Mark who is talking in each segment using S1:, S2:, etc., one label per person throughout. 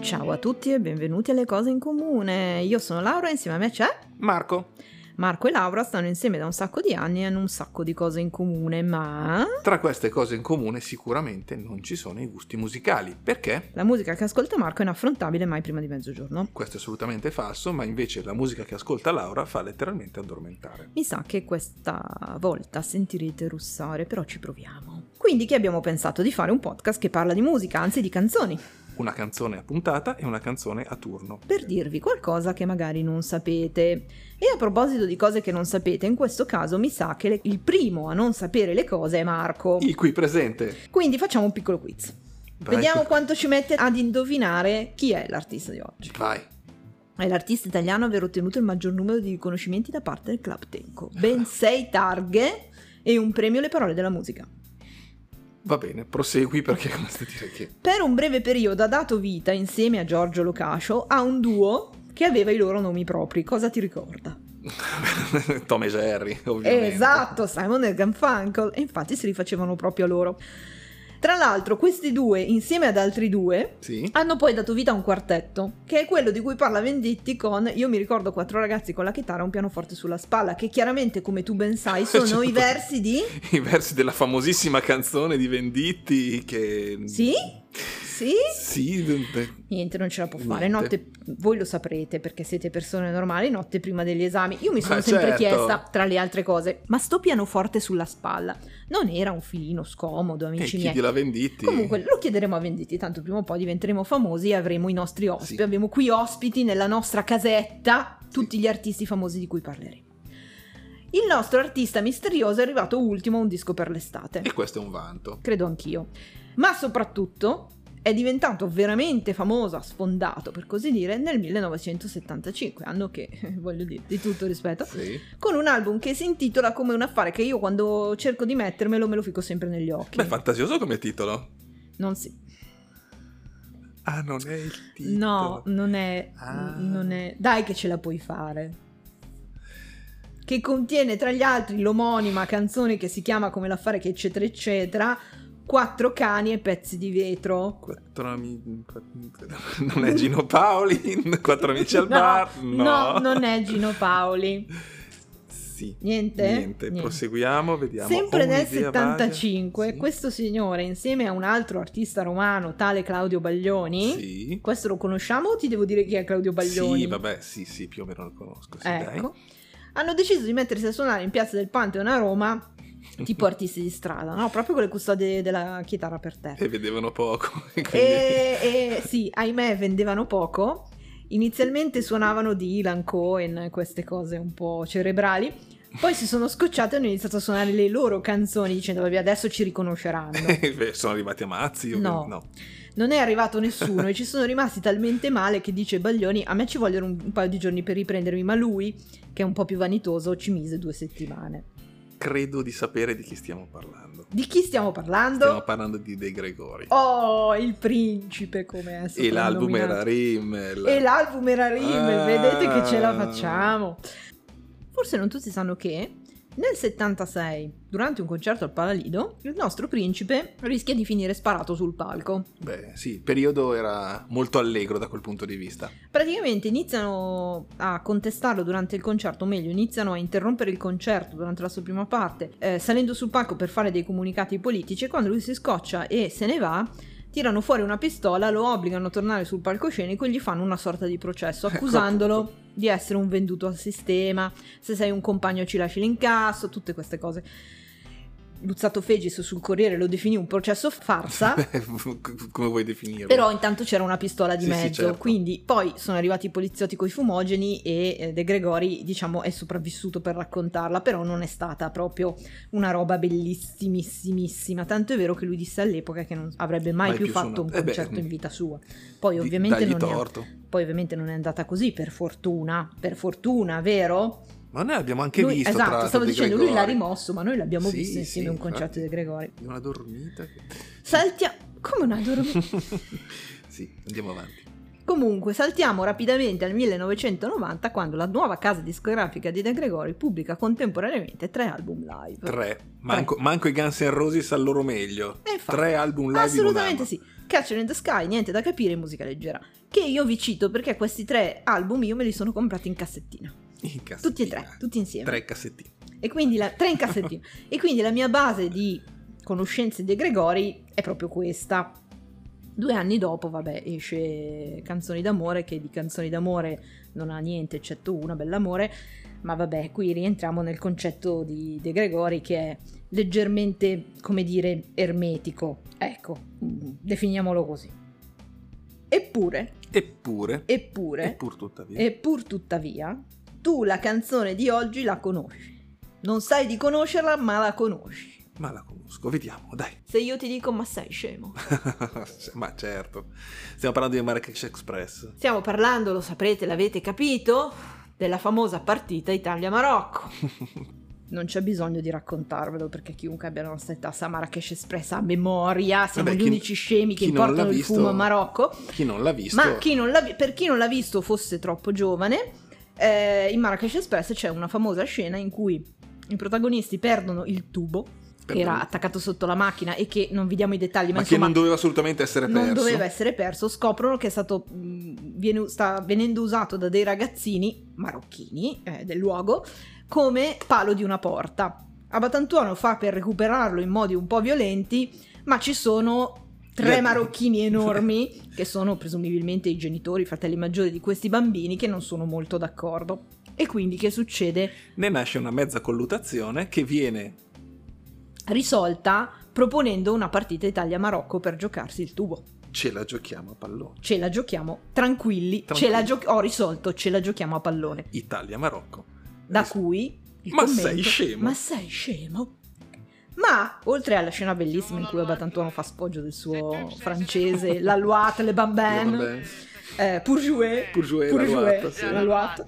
S1: Ciao a tutti e benvenuti alle cose in comune. Io sono Laura e insieme a me c'è
S2: Marco,
S1: Marco e Laura stanno insieme da un sacco di anni e hanno un sacco di cose in comune, ma
S2: tra queste cose in comune sicuramente non ci sono i gusti musicali. Perché?
S1: la musica che ascolta Marco è inaffrontabile mai prima di mezzogiorno.
S2: Questo è assolutamente falso, ma invece la musica che ascolta Laura fa letteralmente addormentare.
S1: Mi sa che questa volta sentirete russare, però ci proviamo. Quindi che abbiamo pensato di fare un podcast che parla di musica, anzi di canzoni,
S2: Una canzone a puntata e una canzone a turno.
S1: per dirvi qualcosa che magari non sapete. E a proposito di cose che non sapete, in questo caso mi sa che le- il primo a non sapere le cose è Marco.
S2: Il qui presente.
S1: Quindi facciamo un piccolo quiz.
S2: Vai,
S1: Vediamo
S2: qui-
S1: quanto ci mette ad indovinare chi è l'artista di oggi.
S2: Vai.
S1: È l'artista italiano a aver ottenuto il maggior numero di riconoscimenti da parte del Club Tenco. Ben sei targhe e un premio alle parole della musica.
S2: Va bene, prosegui perché basta dire che...
S1: Per un breve periodo ha dato vita, insieme a Giorgio Locascio, a un duo che aveva i loro nomi propri. Cosa ti ricorda?
S2: Tom e Jerry, ovviamente.
S1: Esatto, Simon e Garfunkel. E infatti si rifacevano proprio a loro. Tra l'altro, questi due, insieme ad altri due,
S2: Sì?
S1: Hanno poi dato vita a un quartetto, che è quello di cui parla Venditti con Io mi ricordo quattro ragazzi con la chitarra e un pianoforte sulla spalla, che chiaramente, come tu ben sai, sono
S2: Certo.
S1: i versi di...
S2: I versi della famosissima canzone di Venditti che...
S1: Sì? Sì?
S2: Sì, d-
S1: Niente, non ce la può fare.
S2: Niente.
S1: Notte, voi lo saprete perché siete persone normali, notte prima degli esami. Io mi sono
S2: Ma
S1: sempre
S2: certo.
S1: chiesta, tra le altre cose, ma sto pianoforte sulla spalla non era un filino scomodo,
S2: e
S1: amici
S2: chi
S1: miei?
S2: di la Venditti?
S1: Comunque lo chiederemo a Venditti, tanto prima o poi diventeremo famosi e avremo i nostri ospiti.
S2: Sì.
S1: Abbiamo qui ospiti nella nostra casetta, tutti gli artisti famosi di cui parleremo. Il nostro artista misterioso è arrivato ultimo a un disco per l'estate,
S2: E questo è un vanto.
S1: credo anch'io. Ma soprattutto è diventato veramente famoso, ha sfondato per così dire, nel 1975, anno che, voglio dire, di tutto rispetto,
S2: Sì.
S1: con un album che si intitola come un affare che io quando cerco di mettermelo me lo fico sempre negli occhi.
S2: Beh, fantasioso come titolo.
S1: non si...
S2: Ah, non è il titolo.
S1: No, non è,
S2: Ah.
S1: non è. Dai, che ce la puoi fare. Che contiene tra gli altri l'omonima canzone che si chiama Come l'affare che eccetera eccetera. Quattro cani e pezzi di vetro.
S2: Quattro amici. Non è Gino Paoli. Quattro amici al
S1: No,
S2: bar. No,
S1: no, non è Gino Paoli.
S2: Sì.
S1: Niente?
S2: Niente, proseguiamo, vediamo.
S1: Sempre
S2: Ho
S1: nel
S2: un'idea vaga.
S1: 75,
S2: Sì.
S1: questo signore insieme a un altro artista romano, tale Claudio Baglioni.
S2: Sì.
S1: Questo lo conosciamo o ti devo dire chi è Claudio Baglioni?
S2: Sì, vabbè, sì, sì, più o meno lo conosco. Sì,
S1: Ecco. Hanno deciso di mettersi a suonare in piazza del Pantheon a Roma,
S2: dai.
S1: tipo artisti di strada, no? Proprio con le custodie della chitarra per terra.
S2: e vedevano poco. quindi-
S1: E, e sì, ahimè, vendevano poco. Inizialmente suonavano Dylan, Cohen, queste cose un po' cerebrali. Poi si sono scocciate e hanno iniziato a suonare le loro canzoni dicendo vabbè adesso ci riconosceranno.
S2: Beh, Sono arrivati a mazzi.
S1: No.
S2: No.
S1: Non è arrivato nessuno e ci sono rimasti talmente male che dice Baglioni a me ci vogliono un, un paio di giorni per riprendermi ma lui, che è un po' più vanitoso, ci mise due settimane.
S2: Credo di sapere di chi stiamo parlando.
S1: Di chi stiamo parlando?
S2: Stiamo parlando di De Gregori.
S1: Oh, il principe come è
S2: e l'album era
S1: soprannominato.
S2: Rimmel.
S1: E l'album era Rimmel,
S2: Ah.
S1: vedete che ce la facciamo. Forse non tutti sanno che nel 76, durante un concerto al Palalido, il nostro principe rischia di finire sparato sul palco.
S2: Beh, sì, il periodo era molto allegro da quel punto di vista.
S1: Praticamente iniziano a contestarlo durante il concerto, o meglio, iniziano a interrompere il concerto durante la sua prima parte, eh, salendo sul palco per fare dei comunicati politici e quando lui si scoccia e se ne va, tirano fuori una pistola, lo obbligano a tornare sul palcoscenico e gli fanno una sorta di processo,
S2: Ecco
S1: accusandolo
S2: appunto.
S1: di essere un venduto al sistema, se sei un compagno ci lasci l'incasso, tutte queste cose. Luzzato Fegis sul Corriere lo definì un processo farsa.
S2: Come vuoi definirlo?
S1: Però intanto c'era una pistola di
S2: Sì, sì,
S1: mezzo,
S2: certo.
S1: quindi poi sono arrivati i poliziotti coi fumogeni e eh, De Gregori, diciamo, è sopravvissuto per raccontarla, però non è stata proprio una roba bellissimissimissima, tanto è vero che lui disse all'epoca che non avrebbe mai,
S2: Mai
S1: più,
S2: più
S1: fatto un
S2: suonato. Eh beh,
S1: concerto in vita sua. Poi
S2: Di-
S1: ovviamente,
S2: dagli
S1: non è,
S2: torto.
S1: poi ovviamente non è andata così, per fortuna, per fortuna, vero?
S2: Ma noi abbiamo anche
S1: Lui-
S2: visto. tra
S1: esatto,
S2: l'altro,
S1: stavo
S2: De
S1: dicendo, lui l'ha
S2: Gregori.
S1: rimosso, ma noi l'abbiamo
S2: Sì,
S1: visto insieme a
S2: sì, eh.
S1: un concerto
S2: infatti.
S1: di De Gregori.
S2: Di Una dormita. che-
S1: Saltia... Come una dormita?
S2: sì, andiamo avanti.
S1: Comunque, saltiamo rapidamente al 1990 quando la nuova casa discografica di De Gregori pubblica contemporaneamente tre album live.
S2: Tre. Manco, manco i Guns N' Roses al loro meglio.
S1: E infatti,
S2: Tre album live. in un
S1: Assolutamente
S2: anno.
S1: sì. Catcher in the Sky, niente da capire, musica leggera. Che io vi cito perché questi tre album io me li sono comprati in cassettina.
S2: In cassettina.
S1: Tutti e tre, tutti insieme.
S2: Tre cassettini.
S1: E quindi la, tre in cassettino. e quindi la mia base di conoscenze di Gregori è proprio questa. Due anni dopo, vabbè, esce Canzoni d'amore, che di canzoni d'amore non ha niente, eccetto una, Bell'amore, ma vabbè, qui rientriamo nel concetto di De Gregori che è leggermente, come dire, ermetico. Ecco, mm, definiamolo così. Eppure,
S2: Eppure,
S1: eppure,
S2: eppur tuttavia,
S1: e pur tuttavia, tu la canzone di oggi la conosci. Non sai di conoscerla, ma la conosci.
S2: ma la conosco, vediamo, dai.
S1: Se io ti dico, ma sei scemo.
S2: ma certo, stiamo parlando di Marrakesh Express.
S1: Stiamo parlando, lo saprete, l'avete capito, della famosa partita Italia-Marocco. Non c'è bisogno di raccontarvelo perché chiunque abbia la nostra età sa Marrakesh Espressa a memoria, siamo
S2: Vabbè,
S1: gli
S2: chi-
S1: unici scemi che
S2: chi non
S1: portano
S2: l'ha
S1: il
S2: visto-
S1: fumo a Marocco.
S2: Chi non l'ha visto,
S1: Ma chi non l'ha vi- per chi non l'ha visto o fosse troppo giovane, eh, in Marrakesh Express c'è una famosa scena in cui i protagonisti perdono il tubo
S2: per-
S1: che era attaccato sotto la macchina e che non vi diamo i dettagli, ma,
S2: ma che
S1: insomma
S2: non doveva assolutamente essere perso.
S1: non doveva essere perso, scoprono che è stato mh, viene- sta venendo usato da dei ragazzini marocchini eh, del luogo come palo di una porta. Abatantuono fa per recuperarlo in modi un po' violenti, ma ci sono tre
S2: Gli-
S1: marocchini enormi che sono presumibilmente i genitori, i fratelli maggiori di questi bambini che non sono molto d'accordo. E quindi che succede?
S2: Ne nasce una mezza collutazione che viene
S1: Risolta proponendo una partita Italia-Marocco per giocarsi il tubo.
S2: ce la giochiamo a pallone.
S1: ce la giochiamo tranquilli,
S2: Tranquilli.
S1: ce la gio- ho risolto, ce la giochiamo a pallone.
S2: Italia-Marocco.
S1: Da
S2: Ris-
S1: cui il
S2: Esatto. Ma
S1: commento,
S2: sei scemo.
S1: Ma sei scemo? Ma oltre alla scena bellissima in cui Abatantuono fa spoggio del suo francese, la Loate, le
S2: Le
S1: Bambin,
S2: bambine.
S1: eh, Pourjoué,
S2: Pourjoué, la Loate, sì.
S1: la Loate.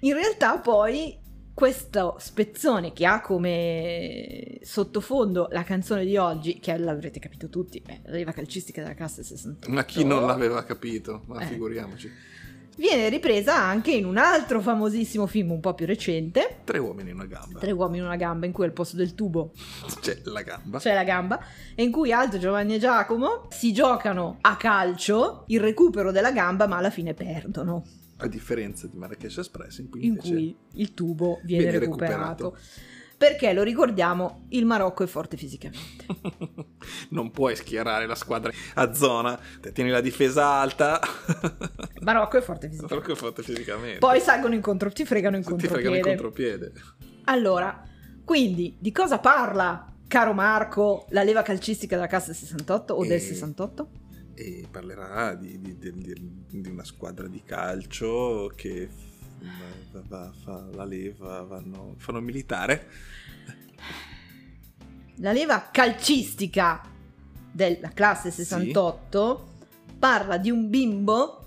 S1: In realtà poi questo spezzone che ha come sottofondo la canzone di oggi, che l'avrete capito tutti, è la riva calcistica della classe 68.
S2: Ma chi non l'aveva capito? Ma
S1: Eh.
S2: figuriamoci.
S1: viene ripresa anche in un altro famosissimo film un po' più recente,
S2: Tre uomini in una gamba.
S1: Tre uomini in una gamba, in cui al posto del tubo
S2: C'è la gamba.
S1: c'è la gamba, e in cui Aldo, Giovanni e Giacomo si giocano a calcio il recupero della gamba, ma alla fine perdono,
S2: A differenza di Marrakesh Express, in cui
S1: in
S2: invece
S1: cui il tubo viene,
S2: viene
S1: recuperato.
S2: recuperato.
S1: Perché lo ricordiamo, il Marocco è forte fisicamente.
S2: non puoi schierare la squadra a zona. Te tieni la difesa alta.
S1: Il Marocco è forte fisicamente.
S2: Perché ho fatto fisicamente.
S1: Poi salgono in contro, ti fregano in
S2: ti
S1: contropiede.
S2: fregano in contropiede.
S1: Allora, quindi di cosa parla, caro Marco, la leva calcistica della Cassa 68 o
S2: Eh,
S1: del 68?
S2: E parlerà di, di- di- di- di una squadra di calcio che f- va- va- fa la leva, vanno, fanno militare.
S1: La leva calcistica della classe 68 parla di un bimbo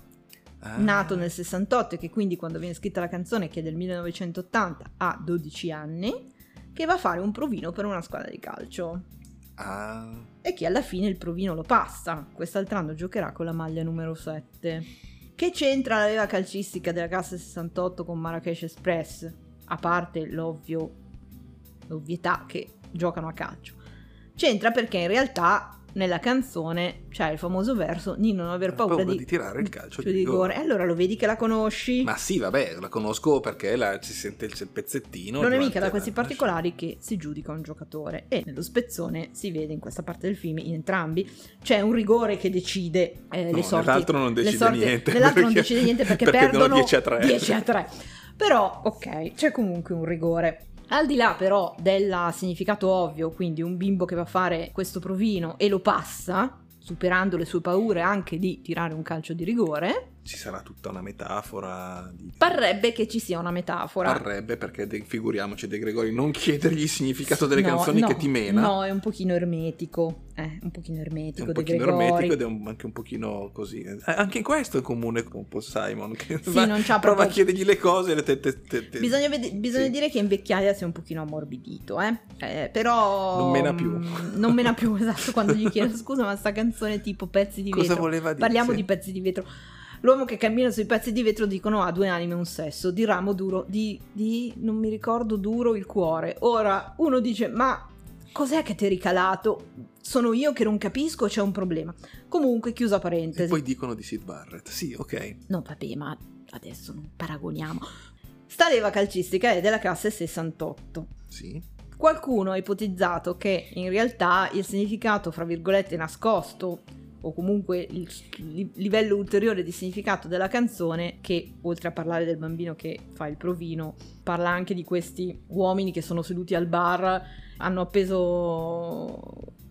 S2: Ah.
S1: nato nel 68 e che quindi quando viene scritta la canzone che è del 1980 ha 12 anni che va a fare un provino per una squadra di calcio
S2: Ah.
S1: e che alla fine il provino lo passa. Quest'altro anno giocherà con la maglia numero 7. Che c'entra la leva calcistica della Cassa 68 con Marrakesh Express? A parte l'ovvio, l'ovvietà che giocano a calcio. C'entra perché in realtà nella canzone c'è il famoso verso di non aver
S2: Ha
S1: paura,
S2: paura di tirare il calcio
S1: più
S2: di
S1: di rigore. E allora lo vedi che la conosci?
S2: Ma sì, vabbè, la conosco perché la, si sente il, il pezzettino.
S1: Non è
S2: durante
S1: mica da
S2: la-
S1: questi particolari che si giudica un giocatore e nello spezzone si vede in questa parte del film in entrambi c'è un rigore che decide eh,
S2: No,
S1: le sorti.
S2: nell'altro non
S1: le
S2: decide
S1: sorti-
S2: niente.
S1: nell'altro non
S2: perché-
S1: decide niente perché,
S2: perdono
S1: perdono
S2: 10 a 3.
S1: 10 a 3. Però ok, c'è comunque un rigore. Al di là però del significato ovvio, quindi un bimbo che va a fare questo provino e lo passa, superando le sue paure anche di tirare un calcio di rigore,
S2: Ci sarà tutta una metafora. Di...
S1: parrebbe che ci sia una metafora.
S2: Parrebbe perché de- figuriamoci De Gregori non chiedergli il significato delle
S1: No,
S2: canzoni
S1: no,
S2: che ti mena.
S1: No, è un pochino ermetico. Eh, un pochino
S2: È
S1: ermetico. De
S2: un pochino
S1: Gregori.
S2: ermetico ed è un- anche un pochino così. Eh, Anche questo è comune con Paul Simon. Che
S1: Sì,
S2: va-
S1: non c'ha
S2: prova a
S1: proprio-
S2: chiedergli le cose. e te- te- te- te-
S1: Bisogna, vede- bisogna
S2: Sì.
S1: dire che in vecchiaia si è un pochino ammorbidito, eh? Eh, però...
S2: Non mena più.
S1: mm, non mena più, esatto, quando gli chiedo scusa, ma sta canzone è tipo pezzi di
S2: Cosa
S1: vetro.
S2: voleva dire?
S1: Parliamo
S2: Sì.
S1: di pezzi di vetro. L'uomo che cammina sui pezzi di vetro dicono ha due anime e un sesso, di ramo duro, di, di non mi ricordo duro il cuore. Ora uno dice ma cos'è che ti hai ricalato? Sono io che non capisco, c'è un problema. Comunque, chiusa
S2: E
S1: parentesi.
S2: poi dicono di Sid Barrett. Sì, ok.
S1: No, vabbè, ma adesso non paragoniamo. Sta leva calcistica è della classe 68.
S2: Sì.
S1: Qualcuno ha ipotizzato che in realtà il significato, fra virgolette, nascosto, o comunque il li- livello ulteriore di significato della canzone, che oltre a parlare del bambino che fa il provino, parla anche di questi uomini che sono seduti al bar, hanno appeso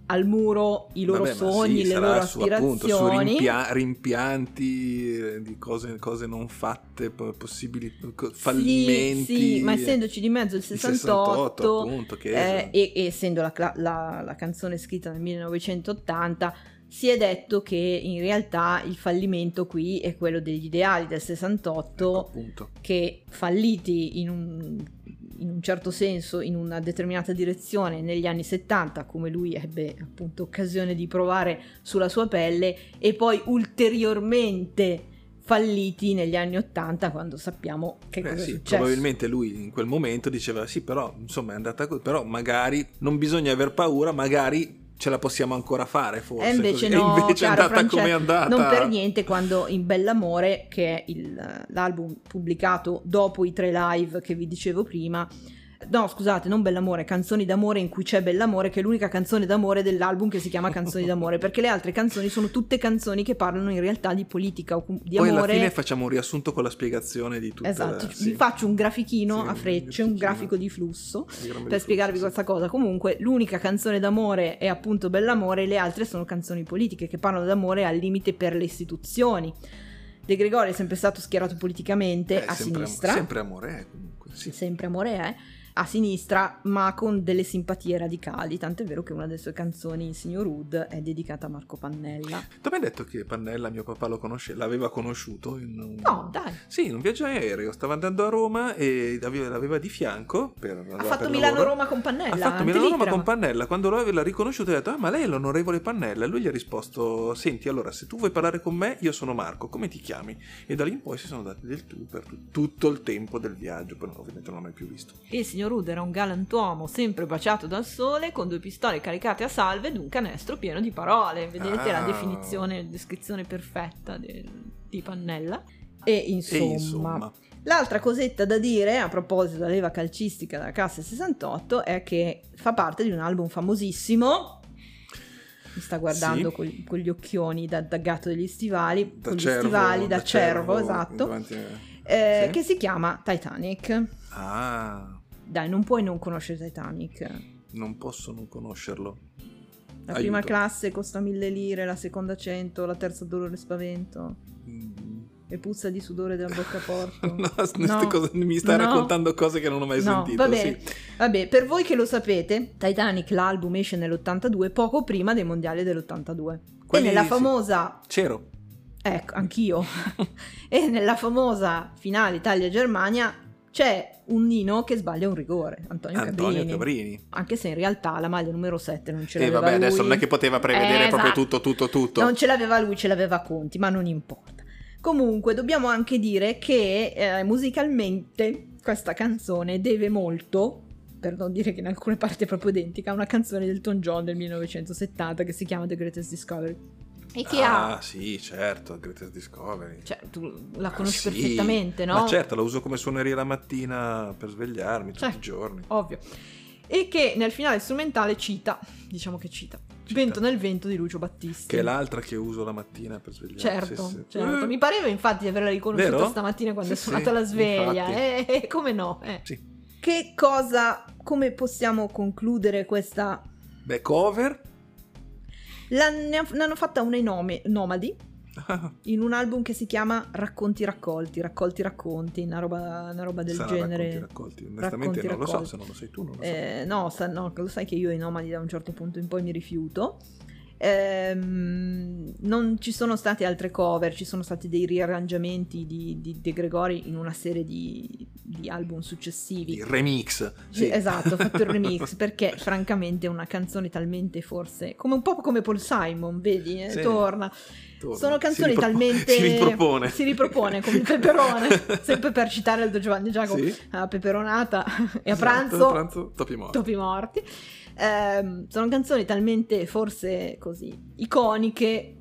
S1: al muro i loro
S2: Vabbè, ma
S1: sogni,
S2: sì,
S1: le
S2: sarà
S1: loro
S2: su, appunto, su
S1: aspirazioni.
S2: rimpia- rimpianti eh, di cose, cose non fatte, po- possibili co-
S1: Sì,
S2: fallimenti.
S1: Sì, ma essendoci di mezzo il
S2: il
S1: 68,
S2: appunto, che
S1: Eh, e, e essendo la, cla- la- la canzone scritta nel 1980, si è detto che in realtà il fallimento qui è quello degli ideali del 68
S2: ecco, appunto.
S1: che falliti in un, in un certo senso in una determinata direzione negli anni 70, come lui ebbe appunto occasione di provare sulla sua pelle, e poi ulteriormente falliti negli anni 80 quando sappiamo che
S2: Eh
S1: cosa è
S2: sì,
S1: successo.
S2: probabilmente lui in quel momento diceva sì, però insomma è andata così, però magari non bisogna aver paura, magari ce la possiamo ancora fare forse.
S1: E invece
S2: così.
S1: no,
S2: e invece è
S1: caro
S2: andata
S1: Francesco,
S2: come è andata.
S1: Non per niente quando in Bell'Amore, che è il- l'album pubblicato dopo i tre live che vi dicevo prima, no scusate, non Bell'Amore, Canzoni d'amore in cui c'è Bell'Amore, che è l'unica canzone d'amore dell'album che si chiama Canzoni d'amore, perché le altre canzoni sono tutte canzoni che parlano in realtà di politica o com- di
S2: Poi alla
S1: amore.
S2: fine facciamo un riassunto con la spiegazione di tutto. eh,
S1: Esatto, vi faccio un grafichino
S2: Sì,
S1: a
S2: un
S1: frecce, un
S2: grafichino.
S1: grafico di flusso per spiegarvi questa cosa. Comunque, l'unica canzone d'amore è appunto Bell'amore, le altre sono canzoni politiche che parlano d'amore al limite per le istituzioni. De Gregori è sempre stato schierato politicamente a
S2: Eh,
S1: sinistra,
S2: sempre,
S1: sempre.
S2: Sempre amore, eh, comunque. Sì.
S1: amore è, a sinistra, ma con delle simpatie radicali. Tant'è vero che una delle sue canzoni, Signor Hood, è dedicata a Marco Pannella.
S2: Tu mi hai detto che Pannella, mio papà, lo conosce, l'aveva conosciuto in un...
S1: No, dai,
S2: Sì, in un viaggio aereo, stava andando a Roma e aveva- l'aveva di fianco per
S1: ha
S2: andare
S1: fatto
S2: per lavoro.
S1: Milano-Roma con Pannella.
S2: Ha fatto Milano-Roma
S1: antelitera.
S2: con Pannella. Quando lo aveva riconosciuto, ha detto: Ah, ma lei è l'onorevole Pannella. E lui gli ha risposto: Senti, allora, se tu vuoi parlare con me, io sono Marco, come ti chiami? E da lì in poi si sono dati del tu per tu- tutto il tempo del viaggio. Poi, ovviamente, non l'ho mai più visto.
S1: Il signor Hood era un galantuomo sempre baciato dal sole, con due pistole caricate a salve ed un canestro pieno di parole. Vedete la
S2: Ah.
S1: definizione, descrizione perfetta del- di Pannella. E insomma,
S2: E insomma,
S1: l'altra cosetta da dire a proposito della leva calcistica della classe 68 è che fa parte di un album famosissimo. Mi sta guardando
S2: Sì.
S1: col- con gli occhioni da, da gatto degli stivali,
S2: da
S1: con gli
S2: cervo,
S1: stivali da, cervo, esatto,
S2: davanti a-
S1: eh,
S2: sì.
S1: che si chiama Titanic.
S2: Ah,
S1: Dai, non puoi non conoscere Titanic.
S2: non posso non conoscerlo.
S1: La prima
S2: Aiuto.
S1: classe costa mille lire, la seconda 100, la terza dolore e spavento
S2: Mm.
S1: e puzza di sudore della bocca a porto.
S2: No, queste cose- mi stai
S1: No.
S2: raccontando cose che non ho mai
S1: No,
S2: sentito.
S1: va bene.
S2: sì.
S1: Vabbè, per voi che lo sapete, Titanic l'album esce nell'82, poco prima dei mondiali dell'82. E
S2: Quelli-
S1: nella
S2: sì.
S1: famosa,
S2: C'ero.
S1: ecco, anch'io, e nella famosa finale Italia-Germania c'è un Nino che sbaglia un rigore, Antonio,
S2: Antonio
S1: Cabrini.
S2: Cabrini.
S1: Anche se in realtà la maglia numero 7 non ce
S2: E
S1: l'aveva
S2: vabbè, adesso
S1: lui.
S2: non è che poteva prevedere
S1: Eh,
S2: proprio
S1: esatto.
S2: tutto, tutto, tutto.
S1: Non ce l'aveva lui, ce l'aveva Conti, ma non importa. Comunque, dobbiamo anche dire che eh, musicalmente questa canzone deve molto, per non dire che in alcune parti è proprio identica, a una canzone del Elton John del 1970 che si chiama The Greatest Discovery. E che
S2: ah,
S1: ha.
S2: sì, certo, Greatest Discovery.
S1: Cioè, tu la conosci
S2: Ah, sì.
S1: perfettamente, no?
S2: Ma certo, la uso come suoneria la mattina per svegliarmi tutti
S1: Certo.
S2: i giorni.
S1: Ovvio. E che nel finale strumentale cita, diciamo che cita,
S2: Cita.
S1: Vento nel vento di Lucio Battisti.
S2: Che è l'altra che uso la mattina per svegliarmi.
S1: Certo,
S2: Sì, sì.
S1: certo.
S2: Eh,
S1: mi pareva infatti di averla riconosciuta
S2: Vero?
S1: stamattina quando
S2: Sì,
S1: è suonata
S2: sì,
S1: la sveglia.
S2: infatti.
S1: Eh, come no? eh.
S2: Sì.
S1: Che cosa, come possiamo concludere questa...
S2: Beh, cover.
S1: La- ne, ha- ne hanno fatta una i nome, Nomadi in un album che si chiama Racconti raccolti, raccolti racconti, una roba, una roba del
S2: Sarà
S1: genere.
S2: racconti raccolti. Onestamente
S1: Racconti
S2: non lo so,
S1: raccolti.
S2: se non lo sai tu non lo so.
S1: Eh, no, sa- no, lo sai che io i nomadi da un certo punto in poi mi rifiuto. Ehm, non ci sono state altre cover, ci sono stati dei riarrangiamenti di, di De Gregori in una serie di, di album successivi.
S2: Il remix.
S1: Sì,
S2: sì.
S1: Esatto, ho fatto il remix perché francamente è una canzone talmente forse come un po' come Paul Simon, vedi, eh,
S2: Sì.
S1: torna.
S2: Torna.
S1: Sono
S2: Si
S1: canzoni
S2: ripropo-
S1: talmente
S2: Si ripropone.
S1: si ripropone come il peperone, sempre per citare Aldo Giovanni Giacomo,
S2: Sì,
S1: a peperonata e a
S2: esatto,
S1: pranzo
S2: pranzo, topi morti.
S1: topi morti. Ehm, sono canzoni talmente forse così iconiche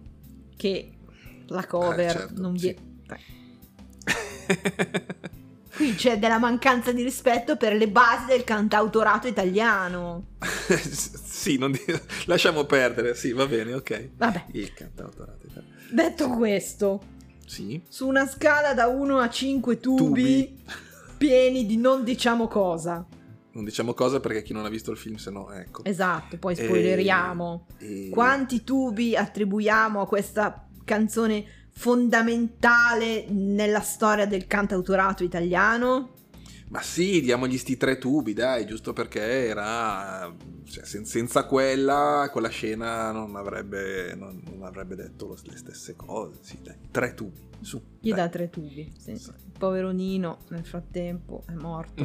S1: che la cover
S2: Eh, certo,
S1: non vi
S2: sì.
S1: cioè, Qui c'è della mancanza di rispetto per le basi del cantautorato italiano.
S2: sì, non di- lasciamo perdere, sì, va bene, ok.
S1: Vabbè,
S2: Il cantautorato. italiano.
S1: detto questo,
S2: Sì.
S1: su una scala da 1 a 5 tubi,
S2: Tubi.
S1: pieni di non diciamo cosa.
S2: Non diciamo cosa perché chi non ha visto il film, se no, ecco.
S1: Esatto, poi spoileriamo.
S2: E-
S1: Quanti tubi attribuiamo a questa canzone fondamentale nella storia del cantautorato italiano?
S2: Ma sì, diamogli sti tre tubi, dai, giusto perché era... cioè, sen- senza quella, quella scena non avrebbe, non, non avrebbe detto lo- le stesse cose. Sì, dai, tre tubi, su.
S1: Gli
S2: dai.
S1: dà tre tubi. sì.
S2: Sì.
S1: Il povero Nino nel frattempo è morto,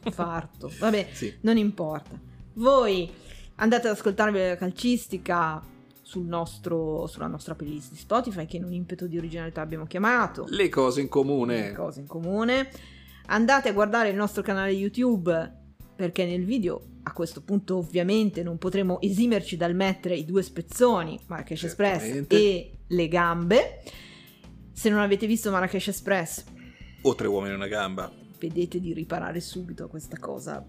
S1: di farto. Vabbè,
S2: Sì,
S1: non importa. Voi andate ad ascoltarvi la calcistica sul nostro, sulla nostra playlist di Spotify, che in un impeto di originalità abbiamo chiamato
S2: le cose in comune.
S1: le cose in comune. Andate a guardare il nostro canale YouTube perché nel video a questo punto ovviamente non potremo esimerci dal mettere i due spezzoni Marrakesh Express
S2: Certamente.
S1: e le gambe. Se non avete visto Marrakesh Express,
S2: O tre uomini e una gamba.
S1: vedete di riparare subito a questa cosa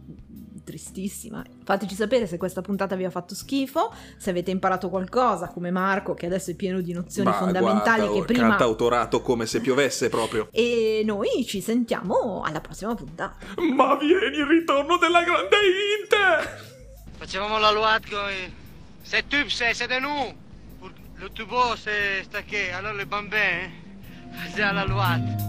S1: tristissima. Fateci sapere se questa puntata vi ha fatto schifo, se avete imparato qualcosa come Marco che adesso è pieno di nozioni
S2: Ma
S1: fondamentali
S2: guarda, oh,
S1: che prima...
S2: Cantautorato come se piovesse proprio.
S1: E noi ci sentiamo alla prossima puntata.
S2: Ma vieni il ritorno della grande Inter!
S3: Facevamo la luat con i- C'est tube, c'est, c'est de nous. Pour- Le tubo, c'est stacké. Alors les bambins, hein, faisaient eh? la luat.